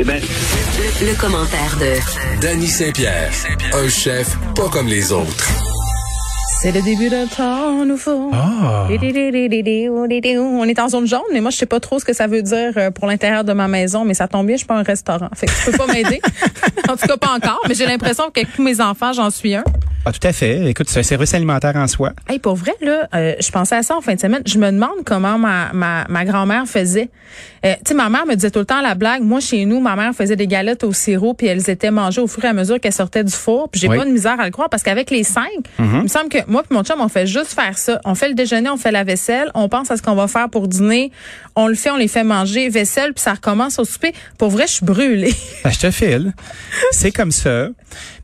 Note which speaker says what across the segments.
Speaker 1: Eh ben,
Speaker 2: Le, le commentaire de
Speaker 3: Danny Saint-Pierre, un chef pas comme les autres.
Speaker 4: C'est le début d'un temps nouveau.
Speaker 5: Ah.
Speaker 4: On est en zone jaune, mais moi, je sais pas trop ce que ça veut dire euh, pour l'intérieur de ma maison, mais ça tombe bien, je suis pas un restaurant. Fait que tu peux pas m'aider. en tout cas, pas encore, mais j'ai l'impression que tous mes enfants, j'en suis un.
Speaker 5: Ah, tout à fait. Écoute, c'est un service alimentaire en soi.
Speaker 4: Hey, pour vrai, là, euh, je pensais à ça en fin de semaine. Je me demande comment ma, ma, ma grand-mère faisait. Euh, tu sais, ma mère me disait tout le temps la blague. Moi, chez nous, ma mère faisait des galettes au sirop, puis elles étaient mangées au fur et à mesure qu'elles sortaient du four. Puis j'ai
Speaker 5: Oui.
Speaker 4: pas de misère à le croire, parce qu'avec les cinq, il me semble que moi puis mon chum, on fait juste faire ça. On fait le déjeuner, on fait la vaisselle, on pense à ce qu'on va faire pour dîner, on le fait, on les fait manger, vaisselle, puis ça recommence au souper. Pour vrai, je suis brûlée.
Speaker 5: Ah, je te file. C'est comme ça.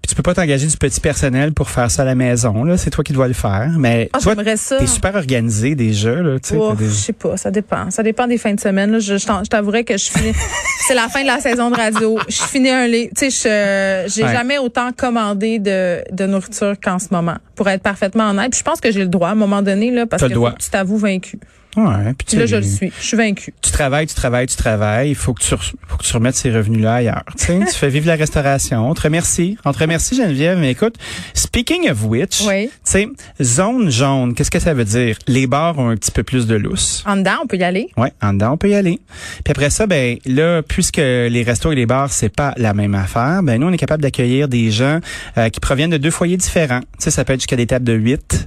Speaker 5: Puis tu peux pas t'engager du petit personnel pour faire ça à la maison. Là, c'est toi qui dois le faire. Mais
Speaker 4: Ah,
Speaker 5: toi,
Speaker 4: j'aimerais ça.
Speaker 5: t'es super organisé déjà. Là, tu sais,
Speaker 4: Ouf,
Speaker 5: t'as des-
Speaker 4: Je sais pas, ça dépend. Ça dépend des fins de semaine. là. Je, je t'en- je t'avouerais que je finis. c'est la fin de la saison de radio. Je finis un livre. Tu sais, je- euh, j'ai
Speaker 5: Ouais.
Speaker 4: jamais autant commandé de, de nourriture qu'en ce moment. Pour être parfaitement honnête, Puis je pense que j'ai le droit à un moment donné là, parce
Speaker 5: T'as
Speaker 4: que
Speaker 5: le droit.
Speaker 4: faut que tu t'avoues vaincu.
Speaker 5: Ouais, puis
Speaker 4: Puis
Speaker 5: tu-
Speaker 4: là, je le suis. Je suis vaincu.
Speaker 5: Tu travailles, tu travailles, tu travailles. Il faut que tu, re- faut que tu remettes ces revenus-là ailleurs. Tu sais, tu fais vivre la restauration. On te remercie. On te remercie, Geneviève. Mais écoute, speaking of which,
Speaker 4: Oui.
Speaker 5: tu sais, zone jaune, qu'est-ce que ça veut dire? Les bars ont un petit peu plus de lousse.
Speaker 4: En dedans, on peut y aller.
Speaker 5: Oui, en dedans, on peut y aller. Puis après ça, ben là, puisque les restos et les bars, c'est pas la même affaire, ben nous, on est capable d'accueillir des gens euh, qui proviennent de deux foyers différents. Tu sais, ça peut être jusqu'à des tables de huit.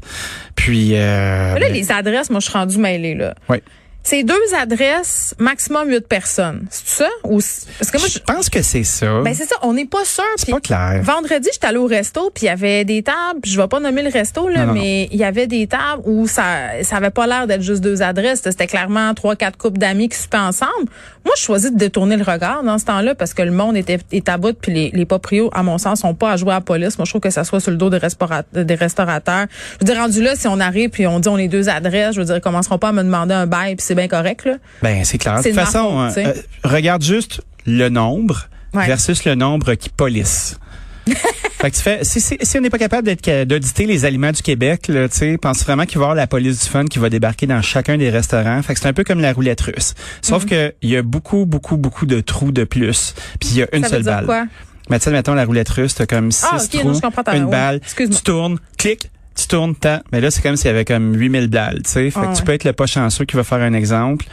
Speaker 5: Puis... Euh,
Speaker 4: Mais là,
Speaker 5: ben,
Speaker 4: les adresses, moi, je suis rendue mêlée là.
Speaker 5: ouais.
Speaker 4: C'est deux adresses, maximum huit personnes. C'est ça ou c- parce que moi,
Speaker 5: Je pense que c'est ça.
Speaker 4: Ben c'est ça, on n'est pas sûr.
Speaker 5: c'est
Speaker 4: puis
Speaker 5: pas clair.
Speaker 4: Vendredi, j'étais allée au resto, puis il y avait des tables, je vais pas nommer le resto là,
Speaker 5: Non, non,
Speaker 4: mais il y avait des tables où ça ça avait pas l'air d'être juste deux adresses, c'était clairement trois quatre couples d'amis qui soupaient ensemble. Moi, je choisis de détourner le regard dans ce temps-là parce que le monde était est à bout puis les les proprios à mon sens sont pas à jouer à la police. Moi, je trouve que ça soit sur le dos des, restaura- des restaurateurs. Je veux dire rendu là si on arrive puis on dit on est deux adresses, je veux dire ils commenceront pas à me demander un bail puis c'est bien correct là.
Speaker 5: Ben c'est clair. De
Speaker 4: C'est
Speaker 5: toute
Speaker 4: de ma
Speaker 5: façon,
Speaker 4: faute, tu sais.
Speaker 5: euh, euh, regarde juste le nombre
Speaker 4: Ouais.
Speaker 5: versus le nombre qui police. fait que tu fais, si, si, si on n'est pas capable d'être ca- d'auditer les aliments du Québec, là, tu sais, pense vraiment qu'il va y avoir la police du fun qui va débarquer dans chacun des restaurants. Fait que c'est un peu comme la roulette russe. Sauf
Speaker 4: Mhm.
Speaker 5: que il y a beaucoup, beaucoup, beaucoup de trous de plus. Puis il y a une
Speaker 4: ça
Speaker 5: seule
Speaker 4: veut dire
Speaker 5: balle.
Speaker 4: quoi
Speaker 5: Mais tu sais, mettons la roulette russe, t'as comme six
Speaker 4: Ah, ok, non, je
Speaker 5: trous,
Speaker 4: comprends ta-
Speaker 5: une
Speaker 4: ouais.
Speaker 5: balle, tu
Speaker 4: Excuse-moi.
Speaker 5: tournes, clic, tu tournes, tant. Mais là, c'est comme s'il y avait comme 8000 balles, tu sais. Fait
Speaker 4: Ah,
Speaker 5: que tu
Speaker 4: ouais.
Speaker 5: peux être le pas chanceux qui va faire un exemple.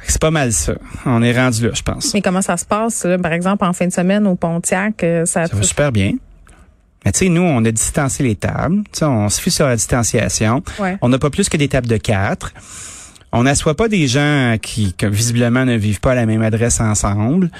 Speaker 5: Fait que C'est pas mal ça. On est rendu là, je pense.
Speaker 4: Mais comment ça se passe là, par exemple en fin de semaine au Pontiac, euh, ça,
Speaker 5: Ça va super bien. Mais tu sais, nous, on a distancé les tables. Tu sais, on se fie sur la distanciation.
Speaker 4: Ouais.
Speaker 5: On n'a pas plus que des tables de quatre. On n'assoit pas des gens qui, que, visiblement, ne vivent pas à la même adresse ensemble.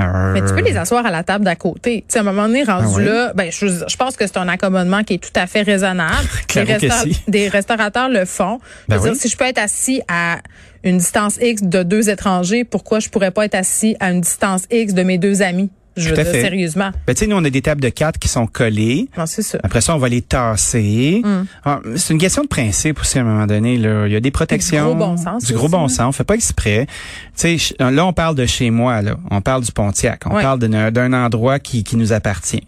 Speaker 5: Euh,
Speaker 4: Mais tu peux les asseoir à la table d'à côté. Tu sais, à un moment donné, rendu
Speaker 5: Ah ouais?
Speaker 4: là, ben, je, je pense que c'est un accommodement qui est tout à fait raisonnable.
Speaker 5: Claro
Speaker 4: Les
Speaker 5: que si.
Speaker 4: Des restaurateurs le font.
Speaker 5: Ben
Speaker 4: Je veux
Speaker 5: oui.
Speaker 4: dire, si je peux être assis à une distance X de deux étrangers, pourquoi je pourrais pas être assis à une distance X de mes deux amis? Je veux
Speaker 5: Tout à
Speaker 4: dire,
Speaker 5: fait.
Speaker 4: sérieusement.
Speaker 5: Ben, tu sais, nous, on a des tables de quatre qui sont collées.
Speaker 4: Non, c'est ça.
Speaker 5: Après ça, on va les tasser.
Speaker 4: Mm.
Speaker 5: Ah, c'est une question de principe aussi à un moment donné. Là. Il y a des protections.
Speaker 4: Du gros bon sens
Speaker 5: Du gros
Speaker 4: aussi, hein.
Speaker 5: bon
Speaker 4: là.
Speaker 5: sens. On fait pas exprès. Tu sais, ch- là, on parle de chez moi. Là. On parle du Pontiac. On
Speaker 4: Ouais.
Speaker 5: parle d'un d'un endroit qui, qui nous appartient.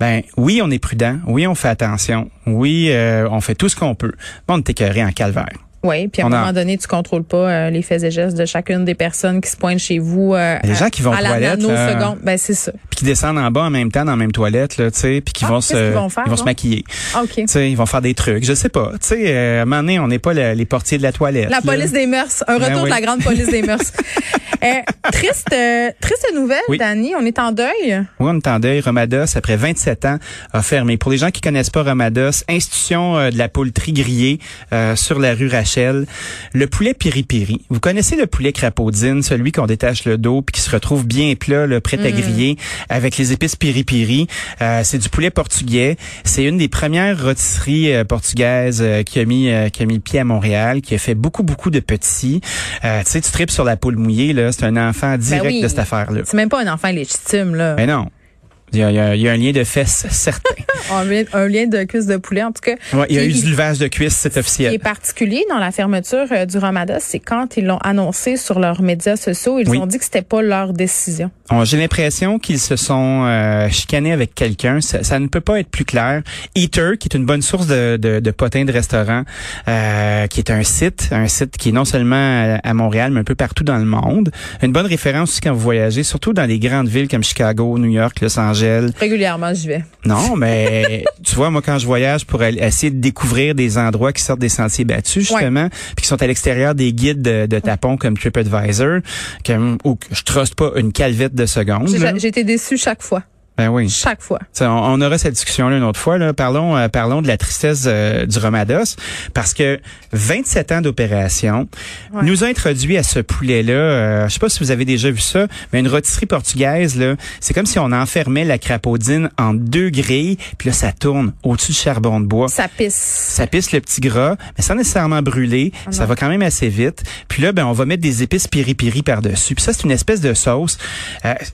Speaker 5: Ben oui, on est prudent. Oui, on fait attention. Oui, euh, on fait tout ce qu'on peut. Mais on est écœuré en calvaire.
Speaker 4: Oui, puis à un
Speaker 5: On a-
Speaker 4: moment donné, tu contrôles pas euh, les faits et gestes de chacune des personnes qui se pointent chez vous. euh,
Speaker 5: Les
Speaker 4: à-
Speaker 5: gens qui vont
Speaker 4: à
Speaker 5: aux
Speaker 4: la
Speaker 5: toilettes, euh, là.
Speaker 4: nanoseconde. Ben, c'est ça.
Speaker 5: Puis qui descendent en bas en même temps dans la même toilette, là, tu sais, puis qui
Speaker 4: Ah,
Speaker 5: vont
Speaker 4: qu'est-ce
Speaker 5: se,
Speaker 4: qu'ils vont faire,
Speaker 5: ils vont se
Speaker 4: donc?
Speaker 5: maquiller.
Speaker 4: Ah, OK.
Speaker 5: Tu sais, ils vont faire des trucs. Je sais pas. Tu sais, euh, à un moment donné, on n'est pas le- les portiers de la toilette.
Speaker 4: La
Speaker 5: là.
Speaker 4: police des mœurs. Un
Speaker 5: Ben
Speaker 4: retour
Speaker 5: oui.
Speaker 4: de la grande police des mœurs. Euh, triste, euh, triste nouvelle,
Speaker 5: Oui.
Speaker 4: Dani. On est en deuil.
Speaker 5: Oui, on est en deuil. Romados, après 27 ans, a fermé. Pour les gens qui connaissent pas Romados, institution euh, de la poultrie grillée euh, sur la rue Rachel. Le poulet piri-piri. Vous connaissez le poulet crapaudine, celui qu'on détache le dos puis qui se retrouve bien plat, le prêt à griller, avec les épices piri-piri. Euh, c'est du poulet portugais. C'est une des premières rôtisseries euh, portugaises euh, qui a mis euh, qui a mis le pied à Montréal, qui a fait beaucoup beaucoup de petits. Euh, tu sais, tu tripes sur la poule mouillée là. C'est un enfant direct
Speaker 4: oui.
Speaker 5: de cette affaire là. Ah. Ben
Speaker 4: C'est même pas un enfant légitime, là.
Speaker 5: Mais non. Il y, a, il y a- il y a un lien de fesses certain.
Speaker 4: Un lien, un lien de cuisse de poulet, en tout cas.
Speaker 5: Ouais, il y a
Speaker 4: Qui-
Speaker 5: eu du levage de cuisses, c'est
Speaker 4: Ce qui est
Speaker 5: officiel.
Speaker 4: particulier dans la fermeture euh, du Ramada, c'est quand ils l'ont annoncé sur leurs médias sociaux, ils
Speaker 5: Oui.
Speaker 4: ont dit que c'était pas leur décision.
Speaker 5: On- Oh, J'ai l'impression qu'ils se sont euh, chicanés avec quelqu'un. Ça, ça ne peut pas être plus clair. Eater, qui est une bonne source de, de, de potins de restaurants, euh, qui est un site, un site qui est non seulement à, à Montréal, mais un peu partout dans le monde. Une bonne référence aussi quand vous voyagez, surtout dans les grandes villes comme Chicago, New York, Los Angeles.
Speaker 4: Régulièrement, j'y vais.
Speaker 5: Non, mais tu vois, moi, quand je voyage pour aller- essayer de découvrir des endroits qui sortent des sentiers battus, justement, puis qui sont à l'extérieur des guides de, de tapons comme TripAdvisor, comme, ou que je truste pas une calvette de seconde.
Speaker 4: J'ai-
Speaker 5: là.
Speaker 4: J'ai été déçue chaque fois.
Speaker 5: Ben oui.
Speaker 4: Chaque fois.
Speaker 5: Ça, On, on aura cette discussion-là une autre fois. Là. Parlons, euh, parlons de la tristesse euh, du Romados, parce que 27 ans d'opération
Speaker 4: Ouais.
Speaker 5: nous a introduit à ce poulet-là. euh, je sais pas si vous avez déjà vu ça, mais une rôtisserie portugaise, là, c'est comme si on enfermait la crapaudine en deux grilles, puis là, ça tourne au-dessus du charbon de bois.
Speaker 4: Ça pisse.
Speaker 5: Ça pisse le petit gras, mais sans nécessairement brûler. ça va quand même assez vite. Puis là, ben, on va mettre des épices piri-piri par-dessus. Puis ça, c'est une espèce de sauce. Euh, tu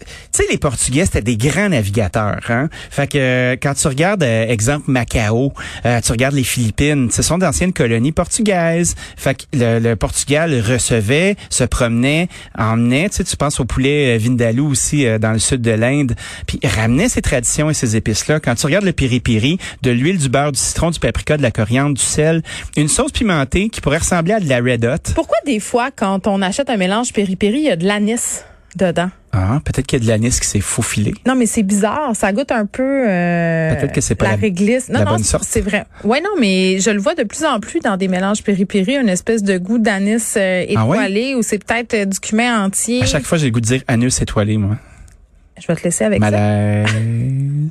Speaker 5: sais, les Portugais, c'était des grands navigateurs. Hein? Fait que euh, quand tu regardes, euh, exemple, Macao, euh, tu regardes les Philippines, ce sont d'anciennes colonies portugaises. Fait que le, le Portugal recevait, se promenait, emmenait. Tu sais, tu penses au poulet euh, Vindaloo aussi euh, dans le sud de l'Inde. Puis ramenait ces traditions et ces épices-là. Quand tu regardes le piri-piri, de l'huile, du beurre, du citron, du paprika, de la coriandre, du sel, une sauce pimentée qui pourrait ressembler à de la red hot.
Speaker 4: Pourquoi des fois, quand on achète un mélange piri-piri, il y a de l'anis dedans?
Speaker 5: Ah, peut-être qu'il y a de l'anis qui s'est faufilé.
Speaker 4: Non, mais c'est bizarre. Ça goûte un peu. euh,
Speaker 5: Peut-être que c'est pas
Speaker 4: la,
Speaker 5: la-
Speaker 4: réglisse. Non,
Speaker 5: la
Speaker 4: non,
Speaker 5: bonne
Speaker 4: c'est-
Speaker 5: sorte.
Speaker 4: c'est vrai. Ouais, non, mais je le vois de plus en plus dans des mélanges piri-piri, une espèce de goût d'anis euh,
Speaker 5: Ah ouais?
Speaker 4: étoilé ou c'est peut-être euh, du cumin entier.
Speaker 5: À chaque fois, j'ai le goût de dire anus étoilé, moi.
Speaker 4: Je vais te laisser avec
Speaker 5: Malaise.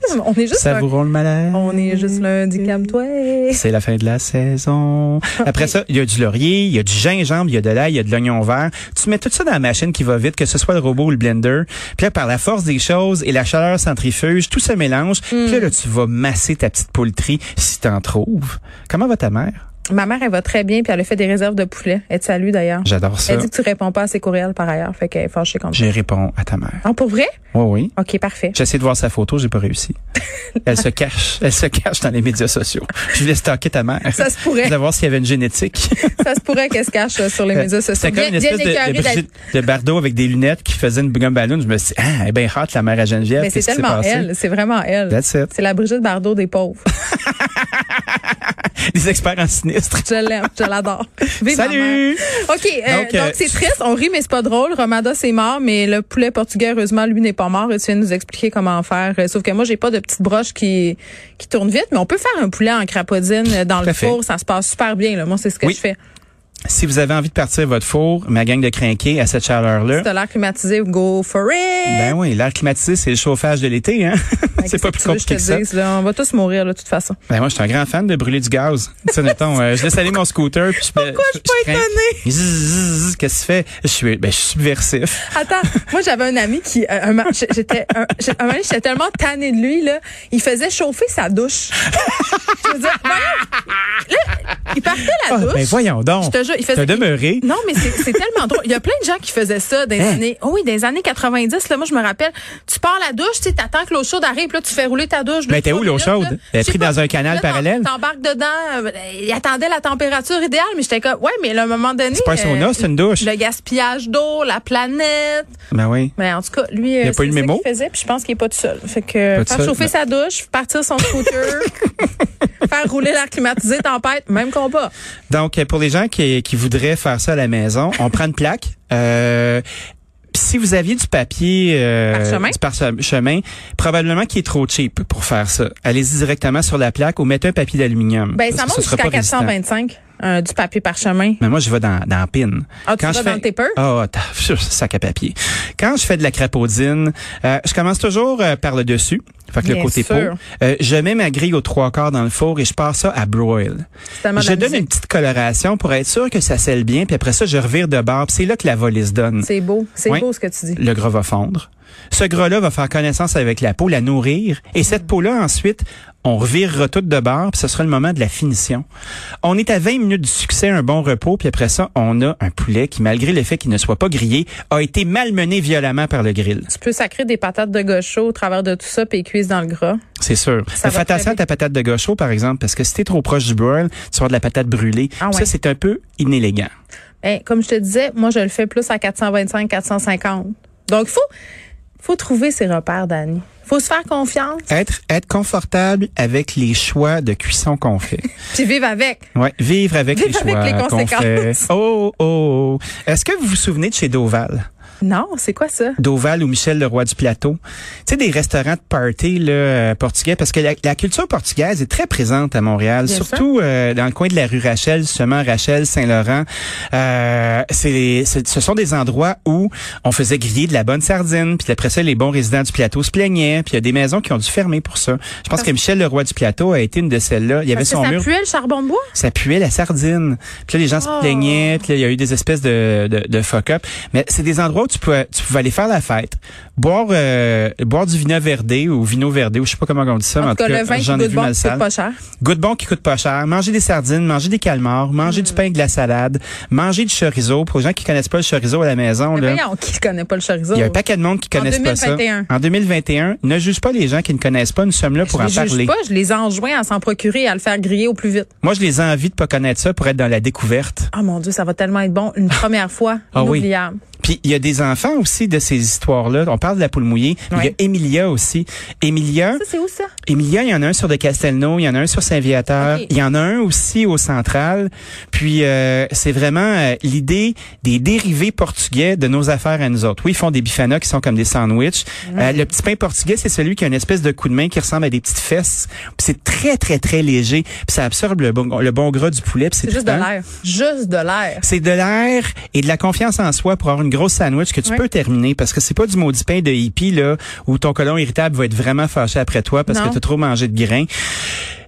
Speaker 4: ça. On est juste.
Speaker 5: Savourons le malaise.
Speaker 4: On est juste lundi, calme-toi.
Speaker 5: C'est la fin de la saison. Après ça, il y a du laurier, il y a du gingembre, il y a de l'ail, il y a de l'oignon vert. Tu mets tout ça dans la machine qui va vite, que ce soit le robot ou le blender. Puis là, par la force des choses et la chaleur centrifuge, tout se
Speaker 4: Mm.
Speaker 5: mélange. Puis là, là, tu vas masser ta petite poultrie si t'en trouves. Comment va ta mère?
Speaker 4: Ma mère, elle va très bien, puis elle a fait des réserves de poulet. Elle te salue d'ailleurs.
Speaker 5: J'adore ça.
Speaker 4: Elle dit que tu réponds pas à ses courriels par ailleurs, fait qu'elle est fâchée contre
Speaker 5: J'ai répondu à ta mère.
Speaker 4: Ah, pour vrai?
Speaker 5: Oui, oui.
Speaker 4: OK, parfait.
Speaker 5: J'ai essayé de voir sa photo, j'ai pas réussi. Elle se cache. Elle se cache dans les médias sociaux. Je voulais stalker ta mère.
Speaker 4: Ça se pourrait.
Speaker 5: Je voulais voir s'il y avait une génétique.
Speaker 4: Ça se pourrait qu'elle se cache euh, sur les médias sociaux.
Speaker 5: C'était comme
Speaker 4: Bien-
Speaker 5: une
Speaker 4: bien
Speaker 5: espèce de, de,
Speaker 4: écœurée d'être-
Speaker 5: Brigitte- de Bardot avec des lunettes qui faisait une gum ballon. Je me suis dit, ah, elle est bien hot, la mère à Geneviève.
Speaker 4: Mais c'est
Speaker 5: Qu'est-ce qui s'est
Speaker 4: tellement
Speaker 5: passé?
Speaker 4: elle. C'est vraiment elle.
Speaker 5: That's it.
Speaker 4: C'est la Brigitte Bardot des pauvres.
Speaker 5: Les experts en sinistre.
Speaker 4: Je l'aime, je l'adore. Vive ma mère.
Speaker 5: Salut!
Speaker 4: OK, euh,
Speaker 5: Donc, euh,
Speaker 4: donc c'est triste, on rit mais c'est pas drôle. Romada c'est mort, mais le poulet portugais heureusement lui n'est pas mort. Et tu viens de nous expliquer comment faire. Euh, Sauf que moi j'ai pas de petite broche qui qui tourne vite, mais on peut faire un poulet en crapaudine euh, dans
Speaker 5: Tout
Speaker 4: le
Speaker 5: à fait.
Speaker 4: four, ça se passe super bien. Là. Moi c'est ce que
Speaker 5: Oui.
Speaker 4: je fais.
Speaker 5: Si vous avez envie de partir votre four, ma gang de crinqués à cette
Speaker 4: Si
Speaker 5: chaleur-là.
Speaker 4: t'as l'air climatisé, go for it.
Speaker 5: Ben oui, l'air climatisé, c'est le chauffage de l'été, hein? c'est pas
Speaker 4: Qu'est-ce que
Speaker 5: plus
Speaker 4: tu veux
Speaker 5: compliqué que
Speaker 4: je te
Speaker 5: ça.
Speaker 4: dise, là? on va tous mourir là, de toute façon.
Speaker 5: Ben moi, je suis un grand fan de brûler du gaz. Tu sais, mettons, euh, je laisse aller mon scooter, puis je Pourquoi
Speaker 4: je suis pas étonnée?
Speaker 5: étonnée? Qu'est-ce que tu fais? Je suis, ben, je suis subversif.
Speaker 4: Attends, moi j'avais un ami qui euh, un ma- j'- j'étais un, j'- un moment donné, j'étais tellement tannée de lui là, il faisait chauffer sa douche. je veux dire, voyons, là, il partait la
Speaker 5: Ah,
Speaker 4: douche.
Speaker 5: ben voyons
Speaker 4: Je
Speaker 5: donc.
Speaker 4: te jure, il faisait
Speaker 5: T'as demeuré.
Speaker 4: Non, mais c'est c'est tellement drôle. Il y a plein de gens qui faisaient ça dans les
Speaker 5: Hein?
Speaker 4: années, oh oui, dans les années 90. Là, moi, je me rappelle, tu pars la douche, tu sais, t'attends que l'eau chaude arrive, puis là, tu fais rouler ta douche. deux,
Speaker 5: Mais Ben, t'es
Speaker 4: trois
Speaker 5: où, l'eau
Speaker 4: minutes,
Speaker 5: chaude?
Speaker 4: là.
Speaker 5: Elle est
Speaker 4: Je sais
Speaker 5: prise
Speaker 4: pas.
Speaker 5: dans un canal
Speaker 4: Là, t'em-
Speaker 5: parallèle?
Speaker 4: T'embarques dedans, euh, il attendait la température idéale, mais j'étais comme, ouais, mais là, à un moment donné.
Speaker 5: C'est pas un sauna, c'est une douche.
Speaker 4: euh, Le gaspillage d'eau, la planète.
Speaker 5: Ben oui.
Speaker 4: Mais en tout cas, lui, il
Speaker 5: a pas eu le mémo?
Speaker 4: faisait, puis je pense qu'il est pas tout seul. Fait que
Speaker 5: Pas tout
Speaker 4: faire
Speaker 5: seul,
Speaker 4: chauffer
Speaker 5: non.
Speaker 4: sa douche, partir son scooter, faire rouler l'air climatisé, tempête, même combat.
Speaker 5: Donc, euh, pour les gens qui, qui voudraient faire ça à la maison, on prend une plaque. Euh, pis si vous aviez du papier euh,
Speaker 4: Parchemin.
Speaker 5: du parchemin, probablement qu'il est trop cheap pour faire ça. Allez-y directement sur la plaque ou mettez un papier d'aluminium.
Speaker 4: Ben,
Speaker 5: Parce
Speaker 4: ça
Speaker 5: que
Speaker 4: monte
Speaker 5: sera
Speaker 4: jusqu'à
Speaker 5: pas résistant.
Speaker 4: 425 euh, du papier parchemin.
Speaker 5: Mais moi, je vais dans, dans la pin.
Speaker 4: Ah, tu vas
Speaker 5: je
Speaker 4: dans le taper?
Speaker 5: Ah, oh, sac à papier. Quand je fais de la crapaudine, euh, je commence toujours euh, par le dessus. Fait que
Speaker 4: Bien
Speaker 5: le côté
Speaker 4: sûr.
Speaker 5: peau. Euh, je mets ma grille aux trois quarts dans le four et je pars ça à broil.
Speaker 4: C'est tellement de
Speaker 5: Je
Speaker 4: la
Speaker 5: donne
Speaker 4: musique.
Speaker 5: une petite coloration pour être sûr que ça scelle bien, puis après ça, je revire de barbe. C'est là que la volée se donne.
Speaker 4: C'est beau. C'est
Speaker 5: Oui.
Speaker 4: beau ce que tu dis.
Speaker 5: Le gras va fondre. Ce gras-là va faire connaissance avec la peau, la nourrir. Et cette peau-là, ensuite, on revirera tout de bord, puis ce sera le moment de la finition. On est à 20 minutes du succès, un bon repos, puis après ça, on a un poulet qui, malgré le fait qu'il ne soit pas grillé, a été malmené violemment par le grill.
Speaker 4: Tu peux sacrer des patates de gaucho au travers de tout ça, puis les cuisses dans le gras.
Speaker 5: C'est sûr.
Speaker 4: Ça
Speaker 5: Mais
Speaker 4: va
Speaker 5: fais
Speaker 4: très
Speaker 5: attention à ta patate de gaucho, par exemple, parce que si t'es trop proche du broil, tu auras de la patate brûlée.
Speaker 4: Ah
Speaker 5: Puis
Speaker 4: ouais.
Speaker 5: Ça, c'est un peu inélégant.
Speaker 4: Ben, comme je te disais, moi, je le fais plus à 425, 450. Donc, faut, faut trouver ses repères, Dani. Faut se faire confiance,
Speaker 5: Être, être confortable avec les choix de cuisson qu'on fait.
Speaker 4: puis vivre avec.
Speaker 5: Ouais, vivre avec
Speaker 4: Vivre
Speaker 5: les choix
Speaker 4: avec les
Speaker 5: qu'on
Speaker 4: conséquences.
Speaker 5: fait. Oh, oh, oh. Est-ce que vous vous souvenez de chez Doval?
Speaker 4: Non, c'est quoi ça?
Speaker 5: Doval ou Michel Leroy du Plateau? Tu sais, des restaurants de party là, euh, portugais, parce que la, la culture portugaise est très présente à Montréal,
Speaker 4: Bien
Speaker 5: surtout euh, dans le coin de la rue Rachel, justement, Rachel, Saint-Laurent. Euh, c'est- c'est- ce sont des endroits où on faisait griller de la bonne sardine, puis après ça, les bons résidents du Plateau se plaignaient, puis il y a des maisons qui ont dû fermer pour ça. Je pense que Michel Leroy du Plateau a été une de celles-là. Il y avait
Speaker 4: Parce que
Speaker 5: son
Speaker 4: ça
Speaker 5: mur
Speaker 4: puait le charbon de bois?
Speaker 5: ça puait la sardine. Puis là, les gens se
Speaker 4: Oh.
Speaker 5: plaignaient. Puis là, il y a eu des espèces de, de, de fuck-up. Mais c'est des endroits où tu pouvais, tu pouvais aller faire la fête, boire euh, boire du vino verdé ou vino verdé, ou je sais pas comment on dit ça, mais
Speaker 4: en tout cas, le vin qui
Speaker 5: j'en ai
Speaker 4: goûte
Speaker 5: vu
Speaker 4: bon,
Speaker 5: mal
Speaker 4: qui
Speaker 5: sale.
Speaker 4: coûte pas cher.
Speaker 5: Goûte bon qui coûte pas cher, manger des sardines, manger des calmars, manger
Speaker 4: Hmm.
Speaker 5: du pain et de la salade, manger du chorizo. Pour les gens qui connaissent pas le chorizo à la maison,
Speaker 4: Mais
Speaker 5: là,
Speaker 4: voyons, qui connaît pas le chorizo?
Speaker 5: il y a un paquet de monde qui
Speaker 4: En
Speaker 5: connaissent pas
Speaker 4: 2021.
Speaker 5: ça. En 2021, ne juge pas les gens qui ne connaissent pas. Nous sommes là pour
Speaker 4: je
Speaker 5: en
Speaker 4: les juge
Speaker 5: parler.
Speaker 4: pas, je les enjoins à s'en procurer et à le faire griller au plus vite.
Speaker 5: Moi, je les ai envie de pas connaître ça pour être dans la découverte.
Speaker 4: Ah mon Dieu, ça va tellement être bon une première fois,
Speaker 5: Ah oui.
Speaker 4: inoubliable.
Speaker 5: Puis il y a des enfants aussi de ces histoires-là. On parle de la poule mouillée. mais Il y
Speaker 4: Ouais.
Speaker 5: a Emilia aussi. Emilia,
Speaker 4: Ça, c'est où ça?
Speaker 5: Emilia, il y en a un sur de Castelnau, il y en a un sur Saint-Viateur,
Speaker 4: Ok.
Speaker 5: il y en a un aussi au Central. Puis euh, c'est vraiment euh, l'idée des dérivés portugais de nos affaires à nous autres. Oui, ils font des bifanas qui sont comme des sandwichs. Euh, le petit pain portugais, c'est celui qui a une espèce de coup de main qui ressemble à des petites fesses. Puis c'est très très très léger. Puis ça absorbe le bon, le bon gras du poulet. Puis c'est
Speaker 4: C'est juste de
Speaker 5: piquant.
Speaker 4: l'air. Juste de l'air.
Speaker 5: C'est de l'air et de la confiance en soi pour avoir une grosse sandwich que tu
Speaker 4: Ouais.
Speaker 5: peux terminer parce que c'est pas du maudit pain de hippie là où ton colon irritable va être vraiment fâché après toi parce
Speaker 4: Non.
Speaker 5: que t'as trop mangé de grains.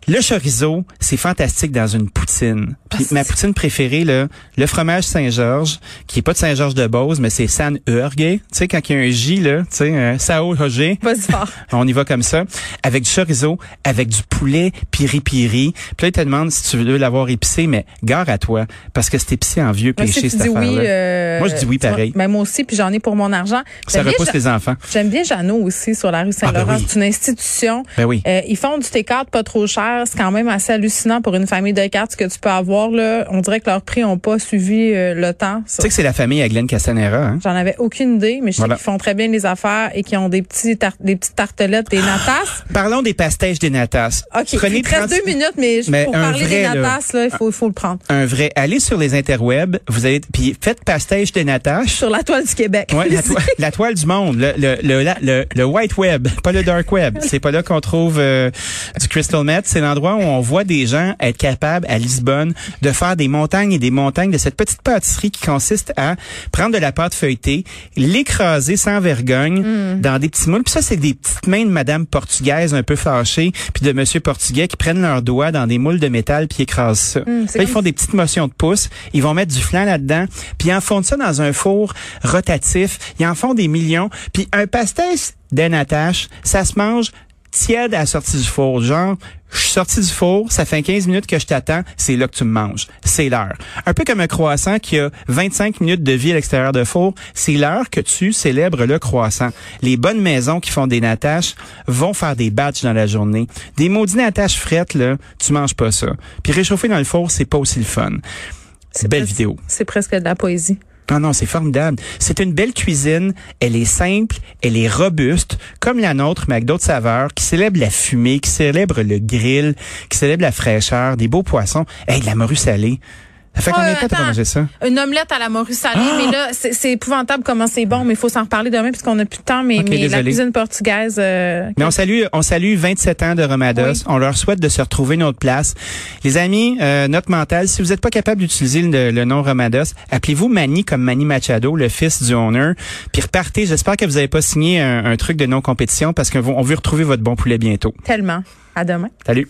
Speaker 5: Le chorizo, c'est fantastique dans une poutine. Puis
Speaker 4: Ah,
Speaker 5: ma
Speaker 4: c'est-
Speaker 5: poutine préférée là, le fromage Saint-Georges, qui est pas de Saint-Georges-de-Beauce, mais c'est San Urge. Tu sais quand il y a un J là, tu sais, euh, Sao Roger.
Speaker 4: Vas-y fort.
Speaker 5: Ah, On y va comme ça. Avec du chorizo, avec du poulet piri-piri. Puis là, ils te demandent si tu veux l'avoir épicé, mais gare à toi. Parce que c'est épicé en vieux
Speaker 4: Moi,
Speaker 5: péché,
Speaker 4: si tu
Speaker 5: cette
Speaker 4: dis
Speaker 5: affaire-là.
Speaker 4: oui, euh,
Speaker 5: Moi, je dis oui
Speaker 4: tu vois,
Speaker 5: pareil.
Speaker 4: ben, moi aussi, puis j'en ai pour mon argent.
Speaker 5: ça
Speaker 4: J'aime bien
Speaker 5: repousse
Speaker 4: Ja-
Speaker 5: les enfants.
Speaker 4: J'aime bien Jeannot aussi sur la rue Saint-Laurent.
Speaker 5: Ah, ben oui.
Speaker 4: C'est une institution.
Speaker 5: Ben oui.
Speaker 4: Euh, ils font du T4 pas trop cher. C'est quand même assez hallucinant pour une famille de quatre ce que tu peux avoir. Là. On dirait que leurs prix ont pas suivi euh, le temps.
Speaker 5: Tu sais que c'est la famille à Glenn Castanera, hein?
Speaker 4: J'en avais aucune idée, mais je sais
Speaker 5: Voilà.
Speaker 4: qu'ils font très bien les affaires et qu'ils ont des, petits tar- des petites tartelettes, des
Speaker 5: Ah,
Speaker 4: natas.
Speaker 5: Parlons des pastèches des natas.
Speaker 4: OK,
Speaker 5: Prenez
Speaker 4: il te reste
Speaker 5: 30
Speaker 4: deux minutes, mais, je-
Speaker 5: Mais
Speaker 4: pour
Speaker 5: un
Speaker 4: parler
Speaker 5: vrai,
Speaker 4: des
Speaker 5: là.
Speaker 4: natas, là, il faut, il faut le prendre.
Speaker 5: Un vrai. Allez sur les interwebs, vous allez, puis faites pastèche des natas.
Speaker 4: Sur la toile du Québec.
Speaker 5: Ouais, la,
Speaker 4: Ici.
Speaker 5: toile- la toile du monde, le, le, le, la- le- le white web, pas le dark web. C'est pas là qu'on trouve euh, du crystal meth. C'est l'endroit où on voit des gens être capables à Lisbonne de faire des montagnes et des montagnes de cette petite pâtisserie qui consiste à prendre de la pâte feuilletée, l'écraser sans vergogne
Speaker 4: Mm.
Speaker 5: dans des petits moules. Puis ça, c'est des petites mains de madame portugaise un peu fâchée, puis de monsieur portugais qui prennent leurs doigts dans des moules de métal puis écrasent ça.
Speaker 4: Mm, c'est
Speaker 5: Là, ils
Speaker 4: comme
Speaker 5: font des petites motions de pouce, ils vont mettre du flan là-dedans, puis ils en font de ça dans un four rotatif, ils en font des millions, puis un pastel d'anattache, ça se mange tiède à la sortie du four, genre je suis sorti du four, ça fait 15 minutes que je t'attends, c'est là que tu me manges, c'est l'heure. Un peu comme un croissant qui a 25 minutes de vie à l'extérieur de four, c'est l'heure que tu célèbres le croissant. Les bonnes maisons qui font des nattaches vont faire des batchs dans la journée. Des maudits nattaches frettes là, tu manges pas ça. Puis réchauffer dans le four, c'est pas aussi le fun. Belle
Speaker 4: presque-
Speaker 5: vidéo.
Speaker 4: C'est presque de la poésie.
Speaker 5: Ah Non, non, c'est formidable. C'est une belle cuisine. Elle est simple, elle est robuste, comme la nôtre, mais avec d'autres saveurs, qui célèbre la fumée, qui célèbre le grill, qui célèbre la fraîcheur, des beaux poissons. Hey, de la morue salée. Ça fait combien de temps que t'as pas mangé ça?
Speaker 4: Une omelette à la morue salée,
Speaker 5: Ah!
Speaker 4: mais là, c'est c'est épouvantable comment c'est bon, mais il faut s'en reparler demain puisqu'on n'a plus de temps, mais,
Speaker 5: Ok,
Speaker 4: mais la
Speaker 5: désolé.
Speaker 4: cuisine portugaise... euh,
Speaker 5: Mais on salue, on salue 27 ans de Romados.
Speaker 4: Oui.
Speaker 5: On leur souhaite de se retrouver une autre place. Les amis, euh, notre mental, si vous n'êtes pas capable d'utiliser le, le nom Romados, appelez-vous Manny comme Manny Machado, le fils du owner. Puis repartez. J'espère que vous n'avez pas signé un, un truc de non-compétition parce qu'on veut retrouver votre bon poulet bientôt.
Speaker 4: Tellement. À demain.
Speaker 5: Salut.